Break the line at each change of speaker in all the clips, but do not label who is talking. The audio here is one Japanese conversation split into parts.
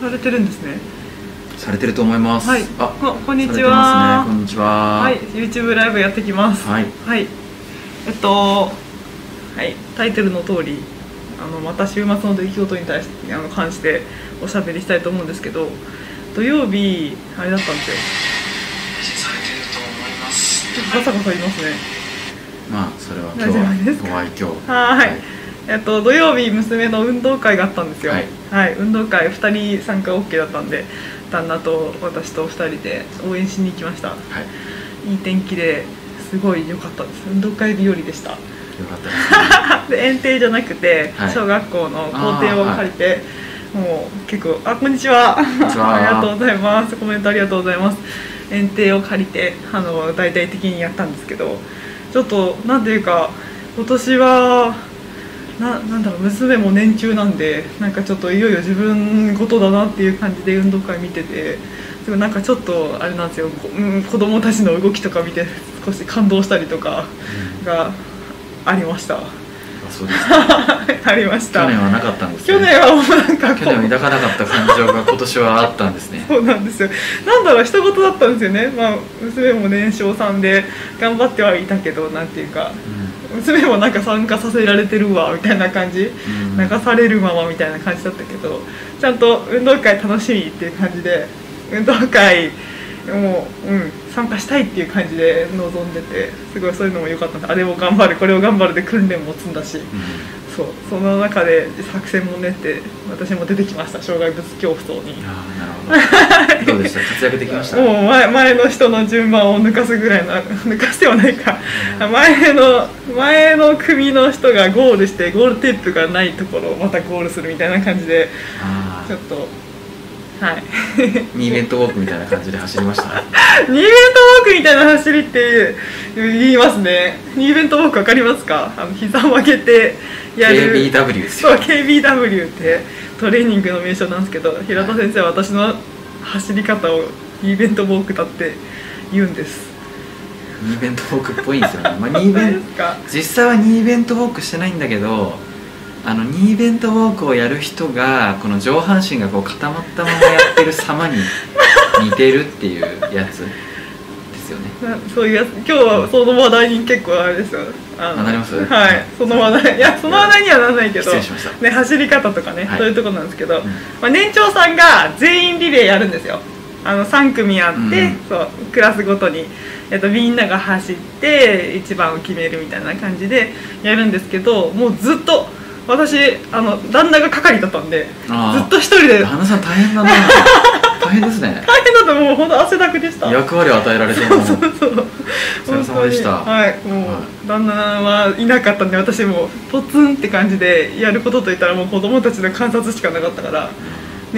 されてるんですね。
されてると思います。
はい
あ、
ここんに
され
ちは
てますねこんにちは。
はい、YouTube ライブやってきます。
はい
はい。えっと、はい、タイトルの通り、あのまた週末の出来事に対してあの関しておしゃべりしたいと思うんですけど、土曜日あれだったんですよ。ちょっとガサガサ言いますね。
まあそれは今
大
日
丈
は
夫ですか
ご愛嬌。
はーい。えっと、土曜日娘の運動会があったんですよ、は
はいい
運動会2人参加 OK だったんで旦那と私と2人で応援しに行きました
はい。
いい天気ですごい良かったです運動会日和でした
よかったです
で園庭じゃなくて、
はい
小学校の校庭を借りて、もう結構あこんにちは
んにちは
ありがとうございますコメントありがとうございます園庭を借りてあの大々的にやったんですけどちょっとなんていうか今年はななんだろう娘も年中なんでなんかちょっといよいよ自分事だなっていう感じで運動会見ててでもなんかちょっとあれなんですよ、こうん、子供たちの動きとか見て少し感動したりとかがありました
ね。あ そうですか。
ありました
去年はなかったんですね。
去年はもうなんか
去年
こう
は抱かなかった感情が今年はあったんです ね。
そうなんですよなんだろう一言だったんですよね、まあ、娘も年少さんで頑張ってはいたけどなんていうか
う
娘もなんか参加させられてるわみたいな感じ
ん
流されるままみたいな感じだったけどちゃんと運動会楽しみっていう感じで運動会もう、うん、参加したいっていう感じで臨んでてすごいそういうのも良かったんであれを頑張るこれを頑張るで訓練も積んだし
うん
そうその中で作戦も練って私も出てきました障害物競争に。
あーなるほど。どうでした活躍できました。
もう前前の人の順番を抜かすぐらいの 抜かしてはないか前の前の組の人がゴールしてゴールテープがないところをまたゴールするみたいな感じで
あ
ちょっとはい
ーイベントウォークみたいな感じで走りました。
2イベントウォークみたいな走りって言いますね2イベントウォーク分かりますかあの膝を曲げてやる
KBW ですよ
そう KBW ってトレーニングの名称なんですけど平田先生は私の走り方をイベントウォークだって言うんです
イベントウォークっぽいんですよね。まあ2イベン
ですか
実際は2イベントウォークしてないんだけどあの2イベントウォークをやる人がこの上半身がこう固まったままやってる様 に似てるっていうやつですよね
なそういうやつ今日はその話題に結構あれですよあ
あなります
はいその話題いやその話題にはならないけど
失礼しました
ね、走り方とかね、
はい
そういうところなんですけ
ん
ど、まあ、年長さんが全員リレーやるんですよあの3組あって、
うん
そうクラスごとに、えっと、みんなが走って一番を決めるみたいな感じでやるんですけどもうずっと私あの旦那が係だったんでず
あー
っと一人で大変だ
旦那さん大変だな大変ですね
ともう本当汗だくでした
役割を与えられてるのも
そうそう
お疲れ様でした
本当にはいもう、
は
旦那はいなかったんで私もポツンって感じでやることといったらもう子供たちの観察しかなかったから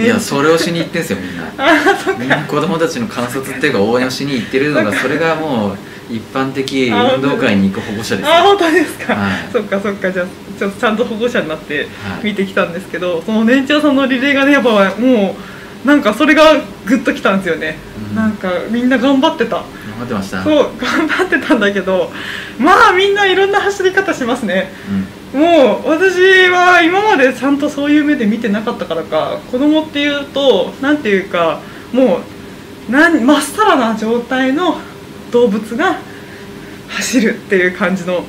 いやそれをしに行ってんすよみんな
あそっ
みんな子供たちの観察っていうか応援をしに行ってるのがそれがもう一般的運動会に行く保護者ですよ
あ本当ですか、
はい
そっかそっかじゃあちょっとちゃんと保護者になって
はい
見てきたんですけど、その年長さんのリレーがねやっぱもうなんかそれがグッときたんですよね、
うん
なんかみんな頑張ってた
頑張ってました
そう
う、
頑張ってたんだけどまあみんないろんな走り方しますね
ん、
もう私は今までちゃんとそういう目で見てなかったからか子供っていうとなんていうかもうなんまっさらな状態の動物が走るっていう感じの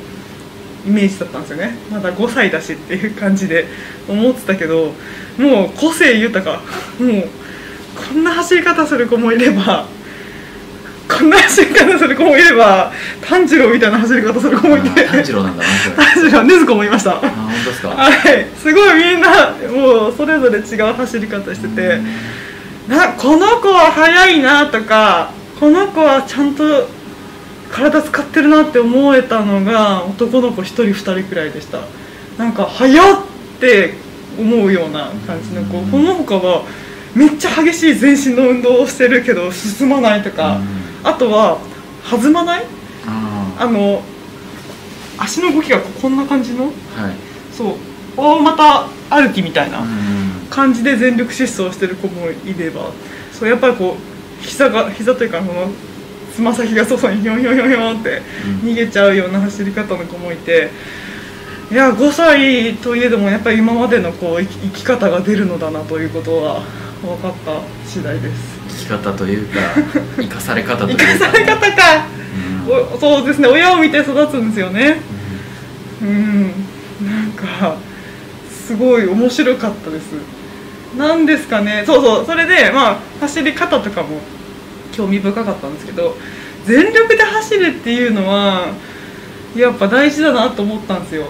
イメージだったんですよねまだ5歳だしっていう感じで思ってたけどもう個性豊かもうこんな走り方する子もいればこんな走り方する子もいれば炭治郎みたいな走り方する子もいて
あ炭治郎なんだなそれ
炭治郎禰豆子もいました
あ本当ですか
はい、すごいみんなもうそれぞれ違う走り方しててなこの子は速いなとかこの子はちゃんと体使ってるなって思えたのが男の子1人2人くらいでしたなんか速っって思うような感じの子
うん
この他はめっちゃ激しい全身の運動をしてるけど進まないとかあとは弾まない
あ
あの足の動きがこんな感じの
あはい
そう大股歩きみたいな
うん
感じで全力疾走してる子もいればそうやっぱりこう膝が膝というかこのつま先が外にひょんひょんひょんひょんって
うん
逃げちゃうような走り方の子もいていや5歳といえどもやっぱり今までのこう生き生き方が出るのだなということは分かった次第です
生き方と いうか生かされ方とい
生
うか、
かされ方か
うんうん
おそうですね親を見て育つんですよねうんなんかすごい面白かったですなんですかねそうそうそれでまあ走り方とかも興味深かったんですけど全力で走るっていうのはやっぱ大事だなと思ったんですよ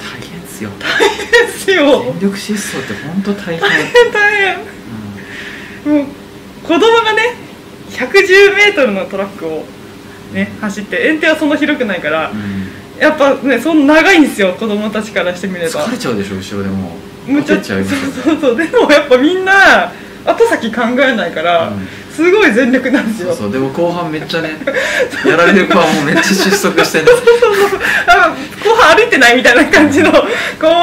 大変ですよ
ですよ
全力疾走って本当大変、
大変もう子供がね 110m のトラックを、ね、走って園庭はそんな広くないから
うんうん
やっぱねそんな長いんですよ子供たちからしてみれば
疲れちゃうでしょ後ろでもう
むちゃ
焦っちゃいますよ
そうそうそうでもやっぱみんな後先考えないから、
うん
すごい全力なんです
そ
よ
うそうでも後半めっちゃねやられる子はもうめっちゃ失速してね
あ後半歩いてないみたいな感じの 子も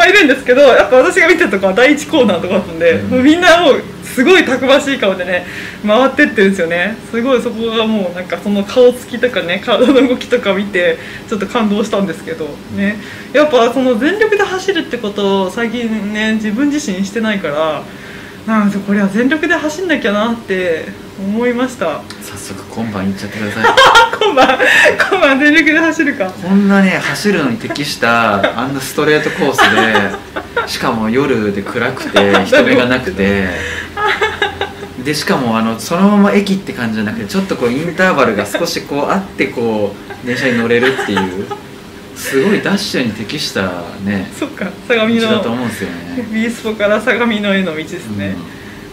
いるんですけどやっぱ私が見てたとこは第一コーナーとかだったんで、
うん
もうみんなもうすごいたくましい顔でね回ってってるんですよねすごいそこがもうなんかその顔つきとかね体の動きとか見てちょっと感動したんですけどねやっぱその全力で走るってことを最近ね自分自身してないからなんかこれは全力で走んなきゃなって思いました
早速今晩行っちゃってください
あ今晩今晩全力で走るか
こんなね走るのに適したあんなストレートコースでしかも夜で暗くて人目がなくてでしかもあのそのまま駅って感じじゃなくてちょっとこうインターバルが少しこうあってこう電車に乗れるっていうすごいダッシュに適したね
そっか相模
道だ
の
と思うんですよね
ビースポから相模のへの道ですね、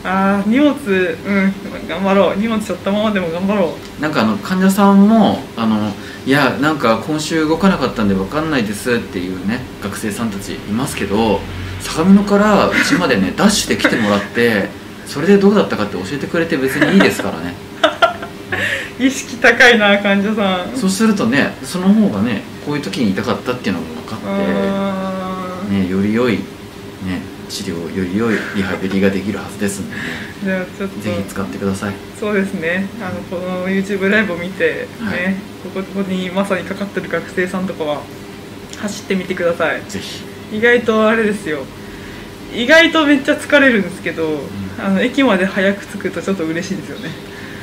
ああ荷物うん頑張ろう荷物しょったままでも頑張ろう
なんかあの患者さんも「あのいやなんか今週動かなかったんで分かんないです」っていうね学生さんたちいますけど相模野からうちまでねダッシュで来てもらってそれでどうだったかって教えてくれて別にいいですから ね
意識高いな患者さん
そうするとねその方がねこういう時に痛かったっていうのも分かっ
あ
て、
ー
ね、より良い、ね、治療より良いリハビリができるはずですので、ね、
じゃあちょっ
ぜひ
と
使ってください
そうですねあのこの YouTube ライブを見て、ね
はい
ここここにまさにかかってる学生さんとかは走ってみてください
ぜひ
意外とあれですよ意外とめっちゃ疲れるんですけど、あの駅まで早く着くとちょっと嬉しいんですよね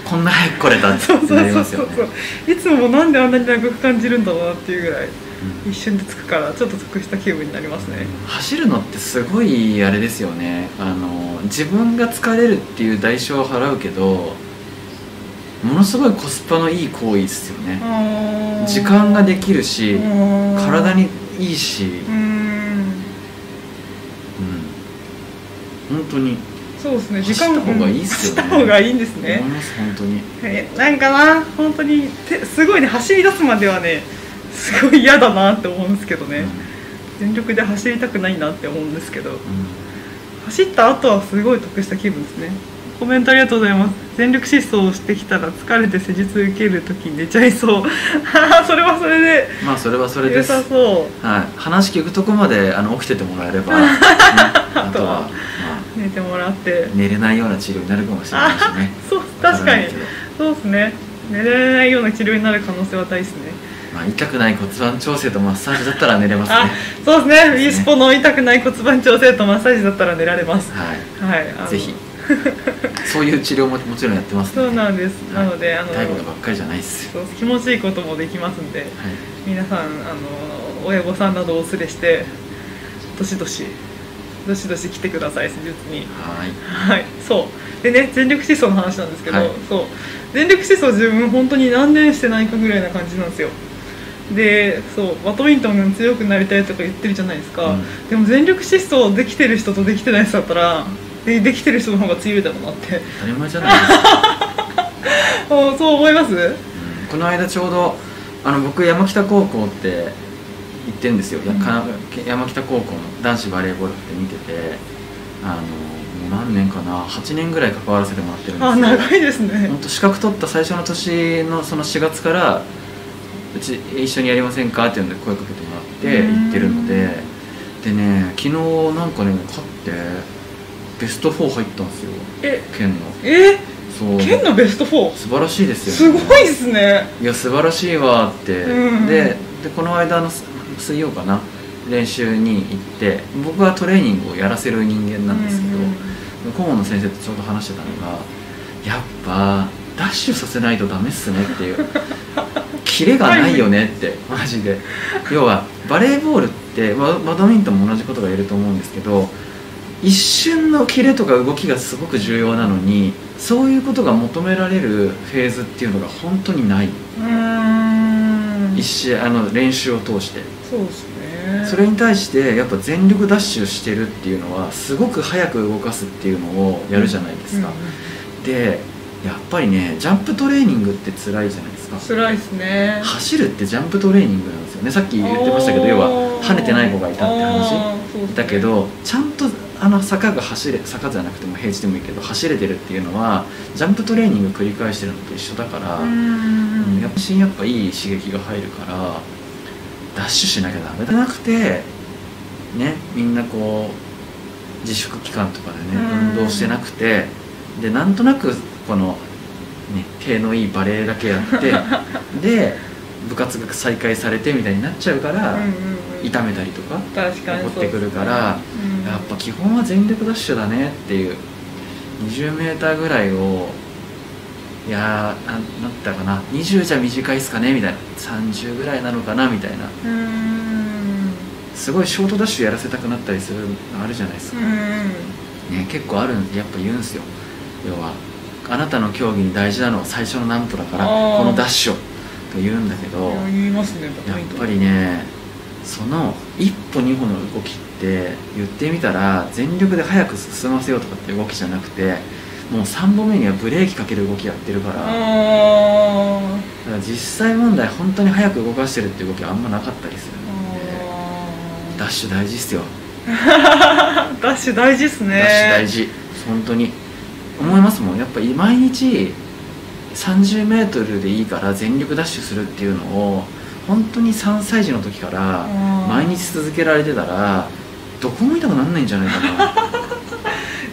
こんな早く来れたって
そうそう
なり
そ
ま
う
す
そ
よ
う
ね
そう、いつもなんであんなに長く感じるんだろうなっていうぐらい
うん
一瞬で着くからちょっと得した気分になりますね
走るのってすごいあれですよねあの自分が疲れるっていう代償を払うけどものすごいコスパのいい行為ですよね時間ができるし体
体
にいいし
うー、ん
うん、本当に
そうですね
走
時
っ
間
た方がいいっすよね
うん走った方がいいんですね
思います本当に
えなんかな本当にてすごいね走り出すまではねすごい嫌だなって思うんですけどね、全力で走りたくないなって思うんですけど
うんうん
走った後はすごい得した気分ですねコメントありがとうございます全力疾走をしてきたら疲れて施術受けるとき寝ちゃいそう あーそれはそれで
まあそれはそれで
良
す
さそ
はい、話聞くとこまであの起きててもらえ れば、ねあとは、ま
う寝てもらって
あ、寝れないような治療になるかもしれないしね
そう確かに
わらないけど
そうですね寝られないような治療になる可能性は大ですね
まあ、痛くない骨盤調整とマッサージだったら寝れますね
あそうですね e スポの痛くない骨盤調整とマッサージだったら寝られます
はい
はいあの
ぜひそういう治療ももちろんやってます
そうなん
で
ですなのであの
痛いことばっかりじゃないですよ、
そう気持ちいいこともできますんで
はい、
皆さんあの親御さんなどをお連れしてどしどしどしどし来てください施術に
はーい
はいそうでね全力疾走の話なんですけど、
はい
そう全力疾走自分本当に何年してないかぐらいな感じなんですよでそうバドミントン強くなりたいとか言ってるじゃないですか、
うん
でも全力疾走できてる人とできてない人だったらでできてる人の方が強いだろうなって
当たり前じゃないですか、
あそう思います
うんこの間ちょうどあの僕山北高校って行ってるんですよ、やか山北高校の男子バレーボールって見ててあのもう何年かな8年ぐらい関わらせてもらってるんです
あ
よ
長いですね
本当資格取った最初の年のその4月からうち一緒にやりませんかっていうので声かけてもらって
うん
行ってるのででね昨日なんかね勝ってベスト4入ったんですよ
え
県の
え
そう
県のベスト 4?
素晴らしいです
す
よ、
ごいですね
いや素晴らしいわって、
うん
ででこの間のす水曜かな練習に行って僕はトレーニングをやらせる人間なんですけど、
うう
顧問の先生とちょうど話してたのがやっぱダッシュさせないとダメっすねって いうキレがないよねってマジで要はバレーボールってババドミントンも同じことが言えると思うんですけど一瞬のキレとか動きがすごく重要なのにそういうことが求められるフェーズっていうのが本当にない、
うーん
一試合あの練習を通して
そうですね
それに対してやっぱ全力ダッシュしてるっていうのはすごく早く動かすっていうのをやるじゃないですか、でやっぱりねジャンプトレーニングって辛いじゃないですか
つらいですね
走るってジャンプトレーニングなんですよねさっき言ってましたけど要は跳ねてない子がいたって話
話
だけどちゃんとあの坂が走れ坂じゃなくても平地でもいいけど走れてるっていうのはジャンプトレーニング繰り返してるのと一緒だから、うんやっぱしやっぱいい刺激が入るからダッシュしなきゃダメだじゃなくてねみんなこう自粛期間とかでね
うん
運動してなくてでなんとなくこの、ね、毛のいいバレエだけやって で部活が再開されてみたいになっちゃうから、痛めたりとか
確かに
起こってくるから、やっぱ基本は全力ダッシュだねっていう 20m ぐらいをいやーななったかな20じゃ短いっすかねみたいな30ぐらいなのかなみたいな
うんうん
すごいショートダッシュやらせたくなったりするのあるじゃないですか、ね結構あるんやっぱ言うんすよ要はあなたの競技に大事なのは最初の何歩だから
あー
このダッシュをと言うんだけど
うん言いますね
やっぱりねその一歩二歩の動きって言ってみたら全力で早く進ませようとかって動きじゃなくてもう3歩目にはブレーキかける動きやってるからだか
あー
ら実際問題本当に早く動かしてるって動きはあんまなかったりするんで
あ
ダッシュ大事っすよ、
ーダッシュ大事っすね
ダッシュ大事本当に思いますもんやっぱり毎日 30m でいいから全力ダッシュするっていうのを本当に3歳児の時から
あー
毎日続けられてたらどこも痛くなんないんじゃないかな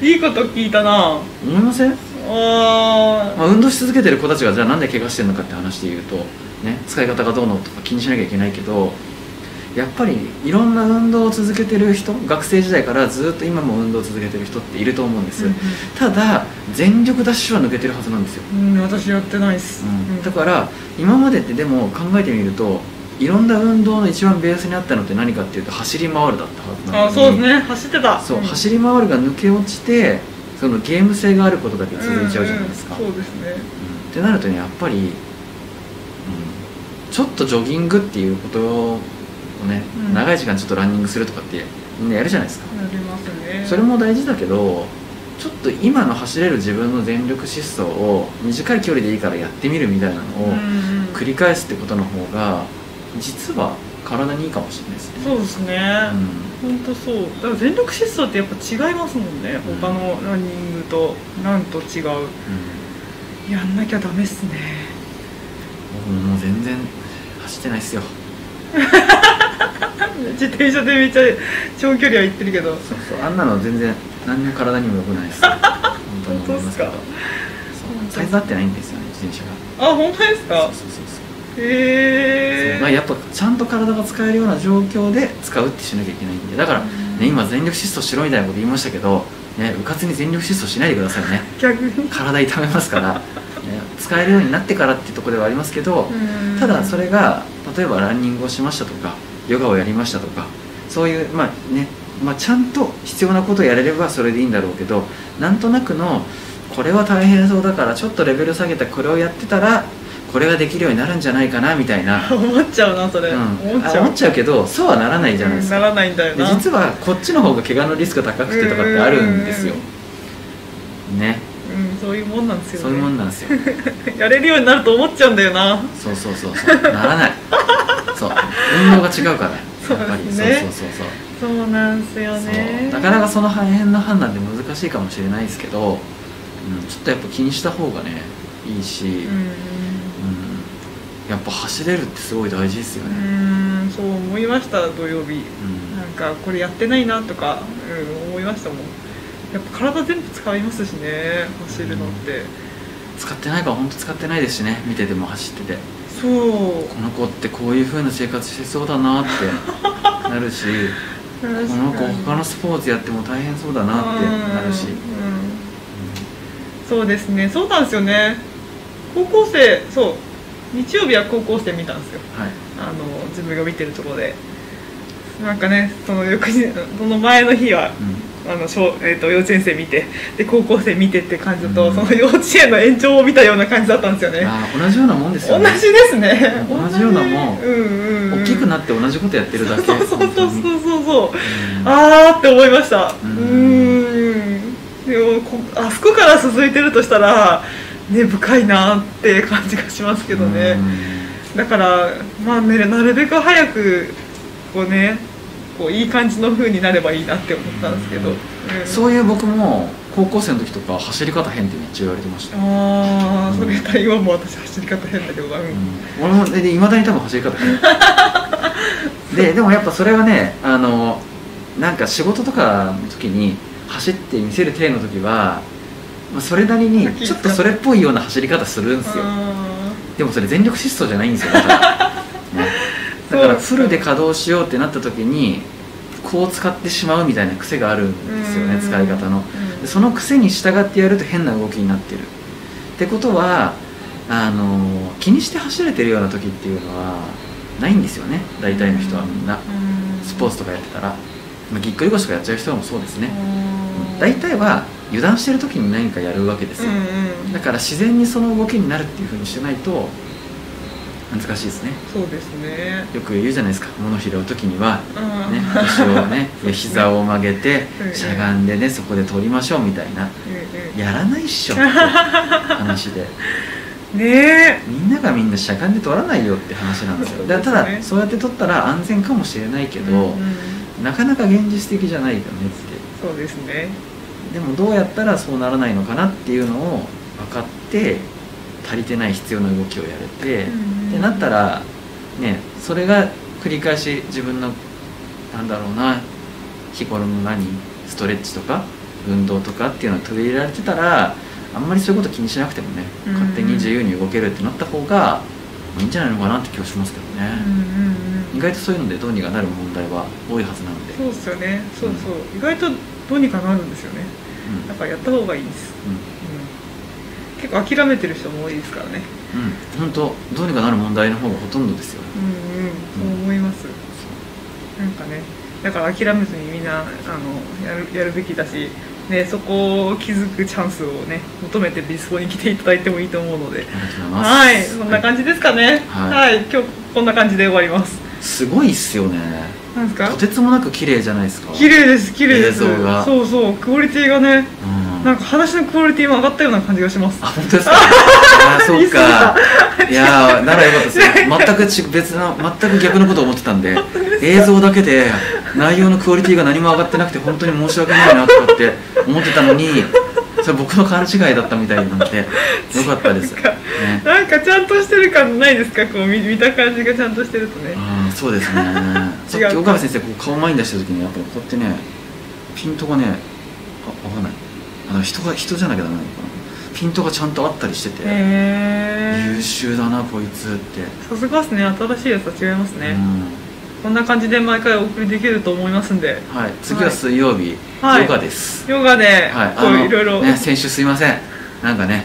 いいこと聞いたな
思いません、
あ
まあ、運動し続けてる子たちがじゃあなんで怪我してるのかって話で言うと、ね、使い方がどうのとか気にしなきゃいけないけどやっぱりいろんな運動を続けてる人学生時代からずっと今も運動を続けてる人っていると思うんです、
ー
ただ全力ダッシュは抜けてるはずなんですよ、
うん、うん、私やってないっす、うん
だから今までってでも考えてみるといろんな運動の一番ベースにあったのって何かっていうと走り回るだったはずなのに
あそうですね走ってた
そう、
ん
走り回るが抜け落ちてそのゲーム性があることだけ続いちゃうじゃないですか、
うんうんそうですね
うんってなるとねやっぱり、うん、ちょっとジョギングっていうことをね、
うん
長い時間ちょっとランニングするとかってみんなやるじゃないですか、
やりますね
それも大事だけどちょっと今の走れる自分の全力疾走を短い距離でいいからやってみるみたいなのを
うん
繰り返すってことの方が実は体にいいかもしれないですね、
そうですね
う、ん
本当そうだから全力疾走ってやっぱ違いますもんね、
うん
他のランニングとなんと違う
うん
やんなきゃダメっすね
僕ももう全然走ってないっすよ
自転車でめっちゃ長距離は行ってるけど
そうそうあんなの全然何の体にも良く ないっす本当に思いますけど
本当
そうサ
っ
イズ合ってないんですよね自転車
あ本当です
が
か
そうそうそうそう
へえ
まあ、やっぱちゃんと体が使えるような状況で使うってしなきゃいけないんでだから、ね、今全力疾走しろみたいなこと言いましたけど、ね、うかつに全力疾走しないでくださいね
逆に
体痛めますから、ね、使えるようになってからっていうところではありますけど、ただそれが例えばランニングをしましたとかヨガをやりましたとかそういうまあね、まあ、ちゃんと必要なことをやれればそれでいいんだろうけどなんとなくのこれは大変そうだからちょっとレベル下げたこれをやってたらこれができるようになるんじゃないかなみたいな、
うん 思っちゃうなそれ、
うん、
思っ
あ
ちゃう
思っちゃうけどそうはならないじゃないですか、
うんならないんだよ
で
な
実はこっちの方が怪我のリスクが高くてとかってあるんですよね
うん、そういうもんなんですよね
そういうもんなんですよ
やれるようになると思っちゃうんだよな
そうそうそうそうならないそう運動が違うからやっぱり
そうですね
そうそうそうそう
そうなんすよ
そう
ね
なかなかその辺の判断って難しいかもしれないですけど、うん、ちょっとやっぱ気にした方がねいいし、うん
うん
やっぱ走れるってすごい大事ですよ
う
ね、
んうんそう思いました土曜日
うん
なんかこれやってないなとか、うん、思いましたもんやっぱ体全部使いますしね走るのって、
使ってないから本当使ってないですしね見てても走ってて
そう
この子ってこういう風な生活してそうだなってなるしこ
こ
の子他のスポーツやっても大変そうだなってなるし
うんそうですねそうなんですよね高校生そう日曜日は高校生見たんですよ
はい
あの自分が見てるところでなんかねその翌日その前の日は
う
あの小、えー、と幼稚園生見てで高校生見てって感じだと、
うん
その幼稚園の延長を見たような感じだったんですよね
ん、あー同じようなもんですよ
同
ね
じですね
同じようなもん
同じうんうんうん、
大きく
っ
なって同じことやってるだけ
そうそうそうそう
本当に
そうそう
うん
あーって思いましたう
う
ー
ん
んでもこあそこから続いてるとしたら根深いなって感じがしますけどね、だから、まあね、なるべく早くこうねこういい感じの風になればいいなって思ったんですけど、
う
うんん
そういう僕も高校生の時とか走り方変ってめっちゃ言われてました、
ああそれ言ったら今も私走り方変だけどな、うん
うん俺もでいまだに多分走り方 変ででもやっぱそれはねあのなんか仕事とかの時に走って見せる体の時はまあそれなりにちょっとそれっぽいような走り方するんですよ
あ
でもそれ全力疾走じゃないんです よだから,ね、だから
そ
フ
う
ルで
ですか
稼働しようってなった時にこう使ってしまうみたいな癖があるん
ー
ですよね
うん
使い方の
うん
でその癖に従ってやると変な動きになってるってことはあの気にして走れてるような時っていうのはないんですよね大体の人はみんな
うん
スポーツとかやってたら、まあぎっくり腰とかやっちゃう人もそうです
う
ね
ん
大体は油断してる時に何かやるわけです
うん
よ、
うん
だから自然にその動きになるっていうふうにしてないと難しいですね
そうですね
よく言うじゃないですか物拾う時には、
うん
ね、腰を ね膝を曲げて
うん
しゃがんでねそこで取りましょうみたいな
うん
やらないっしょ って話で
うんね
みんながみんなしゃがんで取らないよって話なんですよだただそうやって取ったら安全かもしれないけ
え
ど、
うんうん
なかなか現実的じゃないよねっ
そうですね
てでもどうやったらそうならないのかなっていうのを分かって足りてない必要な動きをやれて、ってなったらねそれが繰り返し自分のなんだろうな日頃の何ストレッチとか運動とかっていうのを取り入れられてたらあんまりそういうこと気にしなくてもね
うん
勝手に自由に動けるってなった方がいいんじゃないのかなって気はしますけど
うん
ね、
うんうん
意外とそういうのでどうにかなる問題は多いはずなので
そうですよねそうそう意外とどうにかなるんですよね
うん
だからやった方がいいです、うん、結構諦めてる人も多いですからね
うんうん本当どうにかなる問題の方がほとんどですよ
うんうんそう思いますなんかねだから諦めずにみんなあのやるやるべきだし、ね、そこを気づくチャンスをね求めてビスポに来ていただいてもいいと思うので
ありがとうございます
はいそんな感じですかね
は
はい、今日こんな感じで終わります
すごいっすよね
なんですか
とてつもなく綺麗じゃないですか
綺麗です綺麗です
映像が
そうそうクオリティがね
うん
なんか話のクオリティも上がったような感じがします
あ本当 ですかあー
言
そう
い過
かいやーならよかったです全くち別の全く逆のことを思ってたんで映像だけで内容のクオリティが何も上がってなくて本当に申し訳ないなとかって思ってたのにそれ僕の勘違いだったみたいなんでよかった です、ね
違うか、なんかちゃんとしてる感ないですかこう見見た感じがちゃんとしてるとね
あーそうです ねさ
違
っ
うか
き岡部先生こう顔前に出した時にやっぱこうやってねピントがねあわかんないあの人が人じゃなきゃダメなのかなピントがちゃんとあったりしてて、
へ
優
え
秀だなこいつって、
さすがですね新しいやつは違いますね、
うん
こんな感じで毎回お送りできると思いますんで
はい、次は水曜日、
はい
ヨガです。
ヨガで
はい、
こういろいろ
ね、先週すいません、なんかね、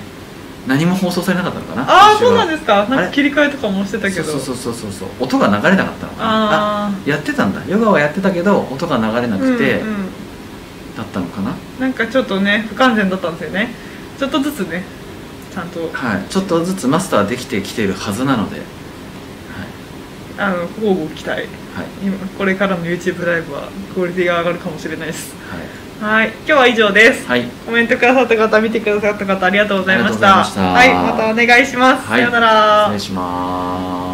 何も放送されなかったのかな。
ああ
先週
そう
は
なんですかなん
あれ
か切り替えとかもしてたけど
そうそうそうそうそう、音が流れなかったのかな。あ
あ
やってたんだ、ヨガはやってたけど、音が流れなくて、
あうんうん、
だったのかな。
なんかちょっとね不完全だったんですよねちょっとずつねちゃんと
はい、ちょっとずつマスターできてきているはずなので。はい、
あの交互期待
はい、
今これからの YouTube ライブはクオリティが上がるかもしれないです
は
はい今日は以上です、
い、はい、
コメントくださった方見てくださった方ありがとうございま
ありがとうご
した
ざいました
はいまたお願いします、
はい
さようなら
失礼します。